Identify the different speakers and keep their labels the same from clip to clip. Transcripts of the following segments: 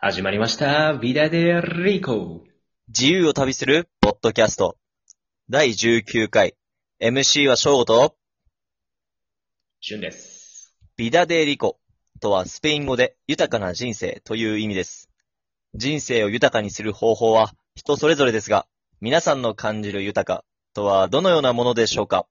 Speaker 1: 始まりました。ビダデリコ。
Speaker 2: 自由を旅するポッドキャスト。第19回。MC は正吾と、
Speaker 1: シュンです。
Speaker 2: ビダデリコとはスペイン語で豊かな人生という意味です。人生を豊かにする方法は人それぞれですが、皆さんの感じる豊かとはどのようなものでしょうか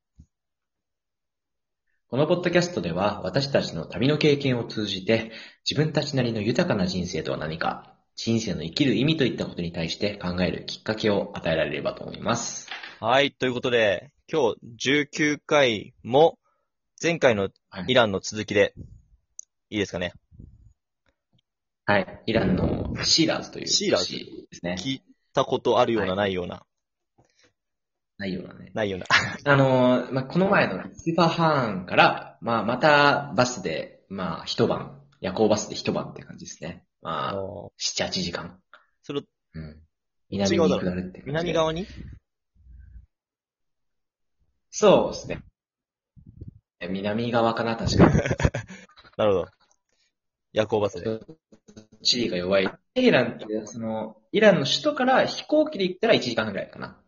Speaker 1: このポッドキャストでは私たちの旅の経験を通じて自分たちなりの豊かな人生とは何か、人生の生きる意味といったことに対して考えるきっかけを与えられればと思います。
Speaker 2: はい、ということで、今日19回も前回のイランの続きで、いいですかね。
Speaker 1: はい。イランのシーラーズという
Speaker 2: シーラーズ
Speaker 1: 市ですね。
Speaker 2: 聞いたことあるような、ないような、
Speaker 1: 内容だね。
Speaker 2: ないような。
Speaker 1: あのー、まあ、この前のスーパーハーンから、まあ、またバスで、まあ、一晩、夜行バスで一晩って感じですね。まあ、7、8時間。
Speaker 2: それ、
Speaker 1: うん。南に下るって感じで
Speaker 2: 南側に
Speaker 1: そうですね。え南側かな、確か
Speaker 2: なるほど。夜行バスで。
Speaker 1: に。地理が弱い。イランって、その、イランの首都から飛行機で行ったら1時間ぐらいかな。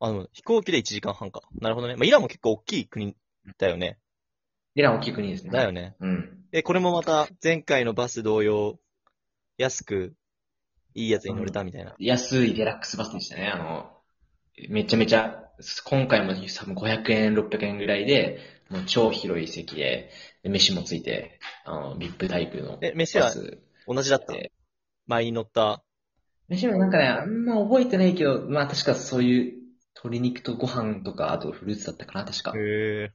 Speaker 2: あの、飛行機で1時間半か。なるほどね。まあ、イランも結構大きい国だよね。
Speaker 1: イラン大きい国ですね。
Speaker 2: だよね。
Speaker 1: うん。
Speaker 2: え、これもまた前回のバス同様、安く、いいやつに乗れたみたいな。
Speaker 1: 安いデラックスバスでしたね。あの、めちゃめちゃ、今回も多分500円、600円ぐらいで、もう超広い席で、で飯もついて、あの、ビップタイプの
Speaker 2: え、飯
Speaker 1: バ
Speaker 2: は
Speaker 1: ス。
Speaker 2: 同じだった
Speaker 1: え
Speaker 2: 前に乗った。
Speaker 1: 飯もなんかね、あんま覚えてないけど、まあ確かそういう鶏肉とご飯とか、あとフルーツだったかな、確か。
Speaker 2: へえ。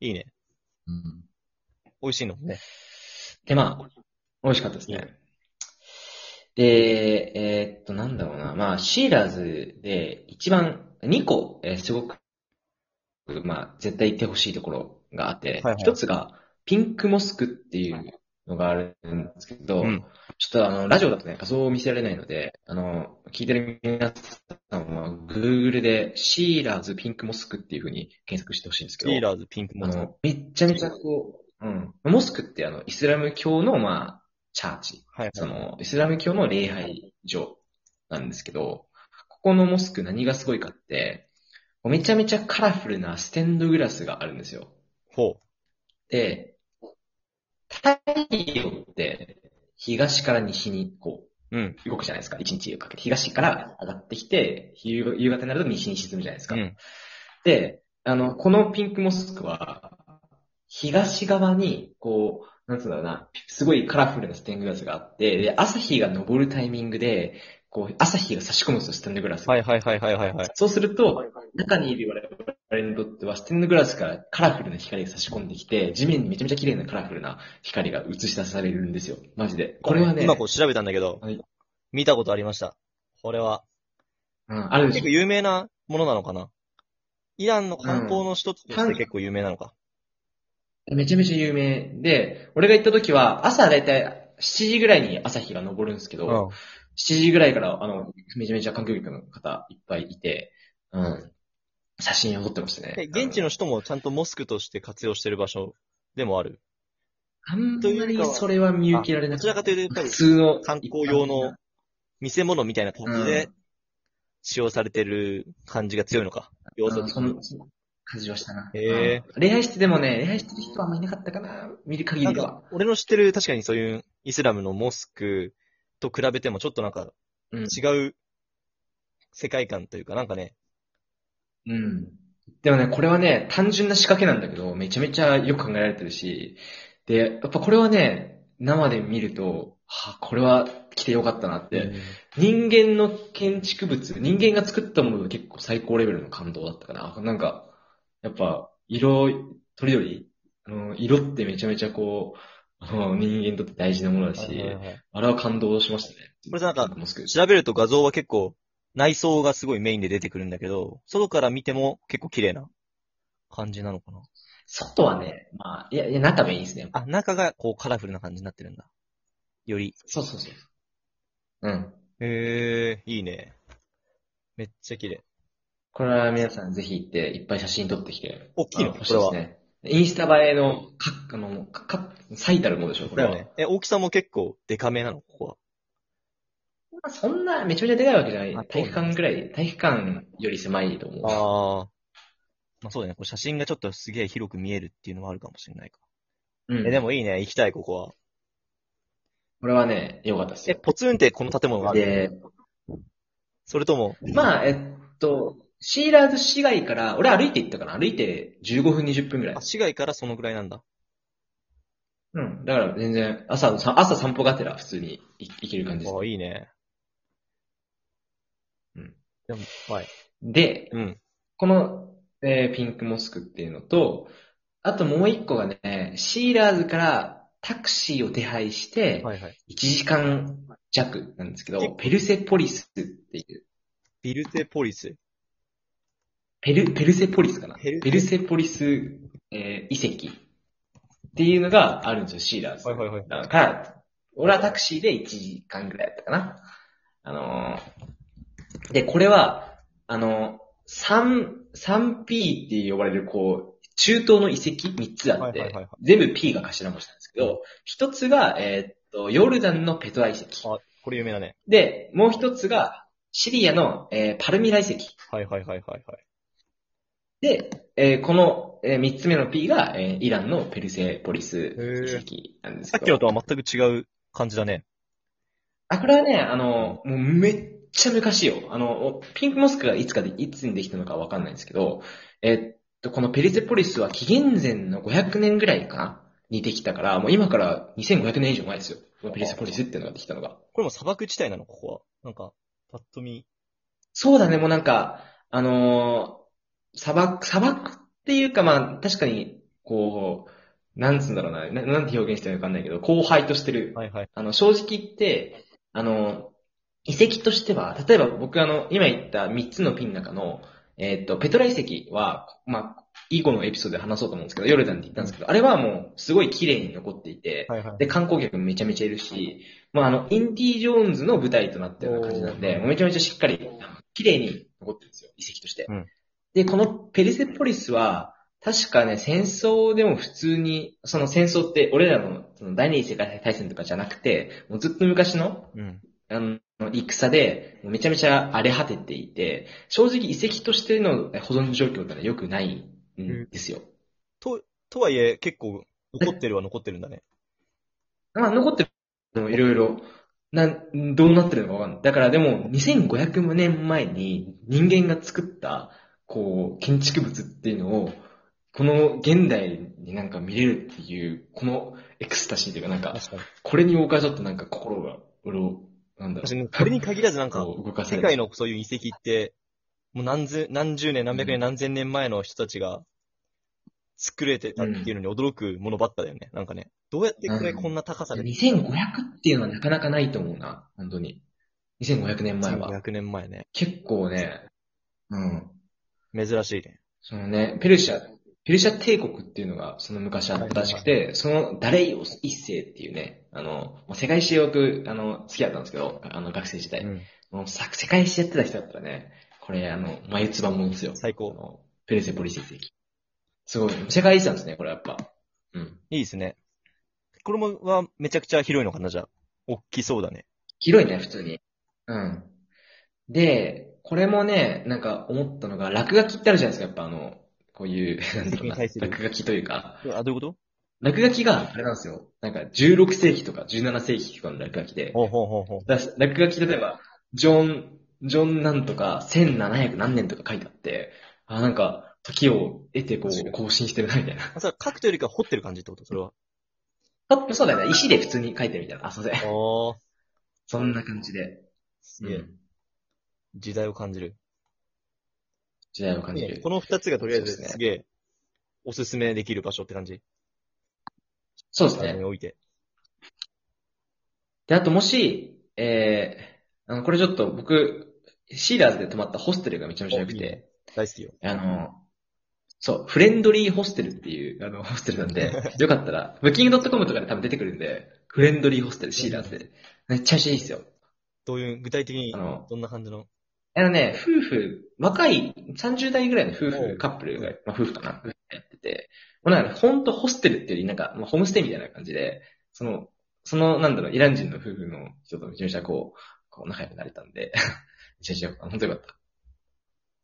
Speaker 2: いいね。
Speaker 1: うん
Speaker 2: 美味しいのもね。
Speaker 1: で、まあ、美味しかったです
Speaker 2: いい
Speaker 1: ね。で、えーっと、なんだろうな。まあ、シーラーズで一番、2個、えーすごく、まあ、絶対行ってほしいところがあって、一、
Speaker 2: はいはい
Speaker 1: つが、ピンクモスクっていうのがあるんですけど、
Speaker 2: うん
Speaker 1: ちょっとあの、ラジオだとね、画像を見せられないので、あの、聞いてる皆さんは、Google で、シーラーズピンクモスクっていう風に検索してほしいんですけど、
Speaker 2: ヒーラーズピンクモ
Speaker 1: あ
Speaker 2: ンスター
Speaker 1: の、めっちゃめちゃこう、うん。モスクってあの、イスラム教の、まあ、チャーチ。
Speaker 2: はい
Speaker 1: そ
Speaker 2: はい。
Speaker 1: の、イスラム教の礼拝所なんですけど、ここのモスク何がすごいかって、めちゃめちゃカラフルなステンドグラスがあるんですよ。
Speaker 2: ほ
Speaker 1: で、太陽って、東から西に、こう、
Speaker 2: う。うん。
Speaker 1: 動くじゃないですか。一日かけて。東から上がってきて、夕夕方になると西に沈むじゃないです
Speaker 2: う
Speaker 1: か。
Speaker 2: ん。
Speaker 1: で、あの、このピンクモスクは、東側に、こう、なんつうんだろうな、すごいカラフルなステンドグラスがあって、で、朝日が昇るタイミングで、こう、朝日が差し込むんですよ、ステンドグラスが。
Speaker 2: はいはいはいはいはいはい。
Speaker 1: そうすると、中にいる我々にとっては、ステンドグラスからカラフルな光が差し込んできて、地面にめちゃめちゃ綺麗なカラフルな光が映し出されるんですよ。マジで。これはね、
Speaker 2: 今こう調べたんだけど、
Speaker 1: はい
Speaker 2: 見たことありました。これは。
Speaker 1: うん、あるでし
Speaker 2: 結
Speaker 1: ょ
Speaker 2: 構有名なものなのかなイランの観光の一つと
Speaker 1: う
Speaker 2: し
Speaker 1: ん
Speaker 2: て結構有名なのか。
Speaker 1: めちゃめちゃ有名で、俺が行った時は、朝だいたい7時ぐらいに朝日が昇るんですけど、
Speaker 2: うん。
Speaker 1: 7時ぐらいから、あの、めちゃめちゃ観光客の方いっぱいいて、うん。写真を撮ってました
Speaker 2: え
Speaker 1: ね。
Speaker 2: 現地の人もちゃんとモスクとして活用してる場所でもある。
Speaker 1: あん
Speaker 2: とい
Speaker 1: ま
Speaker 2: う
Speaker 1: り
Speaker 2: かは
Speaker 1: それは見受けられ
Speaker 2: ど
Speaker 1: な
Speaker 2: ち
Speaker 1: く
Speaker 2: ら
Speaker 1: て、
Speaker 2: かというと、やっ
Speaker 1: 普
Speaker 2: ぱり
Speaker 1: 通の
Speaker 2: 観光
Speaker 1: 一
Speaker 2: 用
Speaker 1: 般
Speaker 2: の
Speaker 1: 的
Speaker 2: 見せ物みたいな感じ
Speaker 1: う
Speaker 2: で
Speaker 1: ん
Speaker 2: 使用されてる感じが強いのか。要素
Speaker 1: な、うん、
Speaker 2: 的
Speaker 1: そ
Speaker 2: に
Speaker 1: のその感じはしたな。
Speaker 2: へ
Speaker 1: うん恋愛しててもね、恋愛してる人はあんまいなかったかな、見る限
Speaker 2: なん
Speaker 1: りでは
Speaker 2: か。、俺の知ってる確かにそういうイスラムのモスクと比べてもちょっとなんか
Speaker 1: うん。
Speaker 2: 違う世界観というか、なんかね、
Speaker 1: うん。でもね、これはね、単純な仕掛けなんだけど、めちゃめちゃよく考えられてるし、で、やっぱこれはね、生で見ると、はあ、これは来てよかったなって、人間の建築物、人間が作ったものが結構最高レベルの感動だったかな。なんか、やっぱ、色、とりどり、あの、色ってめちゃめちゃこう、あの人間にとって大事なものだし、
Speaker 2: はいはいはい
Speaker 1: あれは感動しましたね。
Speaker 2: これなんか、
Speaker 1: モスク
Speaker 2: 調べると画像は結構内装がすごいメインで出てくるんだけど、外から見ても結構綺麗な感じなのかな。
Speaker 1: 外はね、まあ、いや、いや、中がいいですね。
Speaker 2: あ、中がこうカラフルな感じになってるんだ。より。
Speaker 1: そうそうそう。うん。
Speaker 2: へえ、いいね。めっちゃ綺麗。
Speaker 1: これは皆さんぜひ行って、いっぱい写真撮ってきて。
Speaker 2: 大きいの
Speaker 1: あ欲しいですね。インスタ映えの、か、あの、か、か最たるものでしょ、これ
Speaker 2: だ
Speaker 1: は。
Speaker 2: よね。え、大きさも結構デカめなのここは。
Speaker 1: あそんなめちゃめちゃでかいわけじゃな
Speaker 2: あ
Speaker 1: い。体育館ぐらい、体育館より狭いと思う。
Speaker 2: ああ。まあそうだね。これ写真がちょっとすげえ広く見えるっていうのはあるかもしれないか。
Speaker 1: うん、
Speaker 2: え、で、もいいね。行きたい、ここは。
Speaker 1: これはね、良かったです
Speaker 2: え、
Speaker 1: よ。
Speaker 2: ポツンってこの建物がある
Speaker 1: で、
Speaker 2: それとも、
Speaker 1: まあ、えっと、シーラーズ市街から、俺歩いて行ったかな歩いて15分20分ぐらい
Speaker 2: あ、。市外からそのぐらいなんだ。
Speaker 1: うん。だから全然、朝のさ、朝散歩がてら普通に行行ける感じです
Speaker 2: あ。あ、いいね。
Speaker 1: うん。
Speaker 2: でも、はい。
Speaker 1: で、
Speaker 2: うん。
Speaker 1: この、えーピンクモスクっていうのと、あともう一個がね、シーラーズからタクシーを手配して、
Speaker 2: はいはい。
Speaker 1: 1時間弱なんですけど、
Speaker 2: 結構
Speaker 1: ペルセポリスっていう、
Speaker 2: ビルテポリス。
Speaker 1: ペル、ペルセポリスかな
Speaker 2: ペル
Speaker 1: ペルセポリス、えー遺跡っていうのがあるんですよ、シーラーズ。
Speaker 2: はいはいはい。
Speaker 1: だから、俺はタクシーで1時間ぐらいだったかな。あのーで、これは、あのー、3、3P って呼ばれる、こう、中東の遺跡3つあって、
Speaker 2: はいはいはいはい
Speaker 1: 全部 P が頭文字なんですけど、1つが、えーっと、ヨルダンのペトラ遺跡。
Speaker 2: あ、これ有名だね。
Speaker 1: で、もう1つが、シリアの、えーパルミラ遺跡。
Speaker 2: はいはいはいはいはい。
Speaker 1: で、えーこの、え3つ目の P が、えーイランのペルセポリス遺跡なんです
Speaker 2: さ
Speaker 1: け
Speaker 2: っ
Speaker 1: ど。
Speaker 2: きのとは全く違う感じだね。
Speaker 1: あ、これはね、あの、もうめっちゃ昔よ。あの、ピンクモスクがいつかで、いつにできたのかわかんないんですけど、えっと、このペリゼポリスは紀元前の500年ぐらいかなにできたから、もう今から2500年以上前ですよ。このペリゼポリスっていうのができたのが。
Speaker 2: これも砂漠地帯なの、ここは。なんか、パッと見。
Speaker 1: そうだね、もうなんか、あのー砂漠、砂漠っていうかまあ、確かに、こう、なんつうんだろうな、ななんて表現してるのかわかんないけど、荒廃としてる
Speaker 2: はいはい。
Speaker 1: あの、正直言って、あの、遺跡としては、例えば僕あの、今言った3つのピンの中の、えーっ、と、ペトラ遺跡は、まあ、以後のエピソードで話そうと思うんですけど、ヨルダンって言ったんですけど、あれはもう、すごい綺麗に残っていて、
Speaker 2: はいはい。
Speaker 1: で、観光客もめちゃめちゃいるし、まあ、あの、インディ・ジョーンズの舞台となったような感じなんで、
Speaker 2: おー
Speaker 1: もうめちゃめちゃしっかり、綺麗に残ってるんですよ、遺跡として。
Speaker 2: うん
Speaker 1: で、このペリセポリスは、確かね、戦争でも普通に、その戦争って、俺らのその第二次世界大戦とかじゃなくて、もうずっと昔の、
Speaker 2: うん。
Speaker 1: あの、戦で、めちゃめちゃ荒れ果てていて、正直遺跡としての保存状況ってのは良くないんですよ。
Speaker 2: と、とはいえ、結構、残ってるは残ってるんだね。
Speaker 1: まあ、残ってるのもいろいろ、なん、どうなってるのかわかんない。だからでも、2500年前に人間が作った、こう、建築物っていうのを、この現代になんか見れるっていう、このエクスタシーというか、なんか、
Speaker 2: 確かに。
Speaker 1: これに僕はちょっとなんか心が、俺を、なんだろ
Speaker 2: 確かに、これに限らずなん
Speaker 1: う、
Speaker 2: か、
Speaker 1: こう動かせ
Speaker 2: 世
Speaker 1: る。
Speaker 2: 界のそういう遺跡って、もう何千、何十年、何百年、何千年前の人たちが作れてたっていうのに驚くものばっかだよね。なんかね、どうやってこれ
Speaker 1: うん
Speaker 2: こんな高さで、
Speaker 1: 2500っていうのはなかなかないと思うな、本当に。2500年前は。
Speaker 2: 1500年前ね。
Speaker 1: 結構ね、うん。
Speaker 2: 珍しいね。
Speaker 1: そのね、ペルシャ、ペルシャ帝国っていうのがその昔あったらしくて、そのダレイオス一世っていうね、あの、まあ世界史よく、あの、好きだったんですけど、あの、学生時代。
Speaker 2: うん
Speaker 1: もうさ世界史やってた人だったらね、これ、あの、眉唾もんですよ。
Speaker 2: 最
Speaker 1: あ
Speaker 2: 高。
Speaker 1: の、ペルセポリス遺跡。すごい。世界遺産ですね、これやっぱ。うん。
Speaker 2: いいですね。これも、は、めちゃくちゃ広いのかな、じゃあ。大きそうだね。
Speaker 1: 広いね、普通に。うん。で、これもね、なんか思ったのが、落書きってあるじゃないですか、やっぱあの、こういう、なんだろう
Speaker 2: 遺跡に
Speaker 1: な
Speaker 2: 対する
Speaker 1: 落書きというか、
Speaker 2: あ、どういうこと
Speaker 1: 落書きが、あれなんですよ。なんか、16世紀とか17世紀とかの落書きで、
Speaker 2: ほうほうほうほう。
Speaker 1: だ落書き、例えば、ジョン、ジョンなんとか、1700何年とか書いてあって、あ、なんか、時を得てこ
Speaker 2: 確か
Speaker 1: う、更新してるな、みたいな。
Speaker 2: あ、それは書くというよりか掘ってる感じってことそれは。
Speaker 1: あそうだよね。石で普通に書いてるみたいな。あ、すいません。
Speaker 2: ああ、
Speaker 1: そんな感じで、
Speaker 2: す
Speaker 1: う
Speaker 2: げえ。
Speaker 1: ん、
Speaker 2: 時代を感じる。
Speaker 1: 時代を感じ
Speaker 2: いいね
Speaker 1: る。
Speaker 2: この二つがとりあえず
Speaker 1: そうですね
Speaker 2: すげえ、おすすめできる場所って感じ。
Speaker 1: そうです
Speaker 2: 体に
Speaker 1: ね。
Speaker 2: おいて。
Speaker 1: で、あともし、えー、あの、これちょっと僕、シーラーズで泊まったホステルがめちゃめちゃ良く
Speaker 2: おいいね
Speaker 1: て、
Speaker 2: 大好きよ。
Speaker 1: あの、そう、フレンドリーホステルっていう、あの、ホステルなん で、よかったら、ブッキング .com とかで多分出てくるんで、フレンドリーホステル、シーラーズで。めっちゃめちゃいいですよ。
Speaker 2: どういう、具体的に
Speaker 1: あ、の、
Speaker 2: どんな感じの
Speaker 1: あのね、夫婦、若い、30代ぐらいの夫
Speaker 2: おう
Speaker 1: 婦、カップルが、まあ夫婦かな、夫婦がやってて、もうなんか、ほんとホステルっていうより、なんか、まあホームステイみたいな感じで、その、その、なんだろう、イラン人の夫婦の人とめちゃめちゃこう、こう仲良くなれたんで、 めちゃめちゃよかった。本当よかった。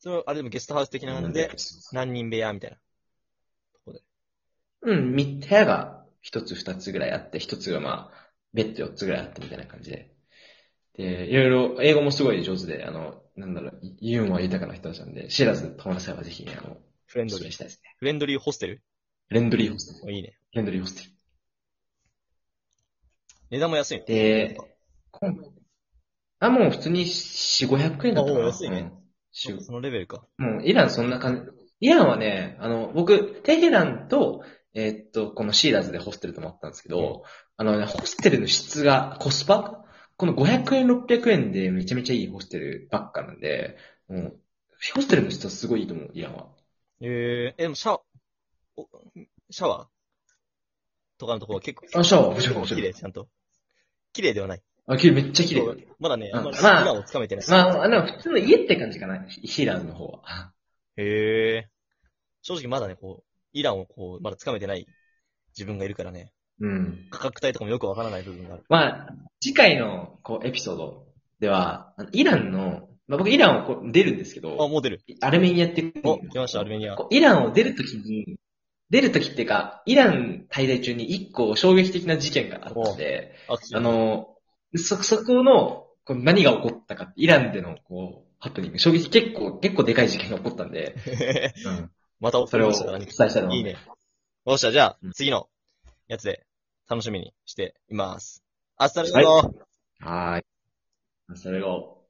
Speaker 2: それはあれでもゲストハウス的な感じで、何人部屋みたいな。
Speaker 1: うん、み部屋が一つ二つぐらいあって、一つがまあ、ベッド四つぐらいあってみたいな感じで。で、いろいろ、英語もすごい上手で、あの、なんだろう、ユーモア豊かな人たちなんで、知らず友達はぜひ、あの、
Speaker 2: フレン
Speaker 1: お
Speaker 2: ド
Speaker 1: 勧
Speaker 2: リ
Speaker 1: め
Speaker 2: ー。
Speaker 1: したいですね。
Speaker 2: フレンドリーホステル
Speaker 1: フレンドリーホステル。
Speaker 2: おいいね。
Speaker 1: フレンドリーホステル。
Speaker 2: 値段も安いの
Speaker 1: で、今回あ、もう普通に4、500円だったか
Speaker 2: あお
Speaker 1: な。
Speaker 2: 安いね
Speaker 1: うんしゅ
Speaker 2: そのレベルか。
Speaker 1: もうイランそんな感じ。イランはね、あの、僕、テヘランと、えーっと、このシーラーズでホステル泊まったんですけど、あのね、ホステルの質が、コスパこの500円、600円でめちゃめちゃいいホステルばっかなんで、もう、ホステルの質はすごいいいと思う、イランは。
Speaker 2: えー、え、でもシャワー、おシャワーとかのところは結構、
Speaker 1: あ、シャワー、もちろん、もち
Speaker 2: 綺
Speaker 1: ろん
Speaker 2: 麗、。ちゃんと。綺麗ではない。
Speaker 1: あ、綺麗、めっちゃ綺麗。
Speaker 2: まだね、
Speaker 1: うん
Speaker 2: あんまり
Speaker 1: まあ
Speaker 2: 今をつかめてない。
Speaker 1: まあ、あの、普通の家って感じかな、シーラーズの方は。
Speaker 2: へえ。正直まだね、こう、イランをこう、まだつかめてない自分がいるからね、
Speaker 1: うん。
Speaker 2: 価格帯とかもよくわからない部分がある。
Speaker 1: まあ、次回の、こう、エピソードでは、あのイランの、まあ、僕イランをこう出るんですけ
Speaker 2: あ、
Speaker 1: ど、
Speaker 2: もう出る。
Speaker 1: アルメニアって国
Speaker 2: お、来ました、アルメニア。
Speaker 1: こうイランを出るときに、出るときっていうか、イラン滞在中に一個衝撃的な事件があって、
Speaker 2: あ、
Speaker 1: あの、そ、そこの、こう何が起こったかって、イランでの、こう、ハプニング、衝撃結構、結構でかい事件が起こったんで、
Speaker 2: またお
Speaker 1: それをお
Speaker 2: した
Speaker 1: 伝えしたいと思
Speaker 2: い
Speaker 1: い
Speaker 2: い
Speaker 1: ます。
Speaker 2: ね。よっしゃ、じゃあ
Speaker 1: うん、
Speaker 2: 次のやつで楽しみにしています。明日の
Speaker 1: はい
Speaker 2: 夜
Speaker 1: はーい。それを。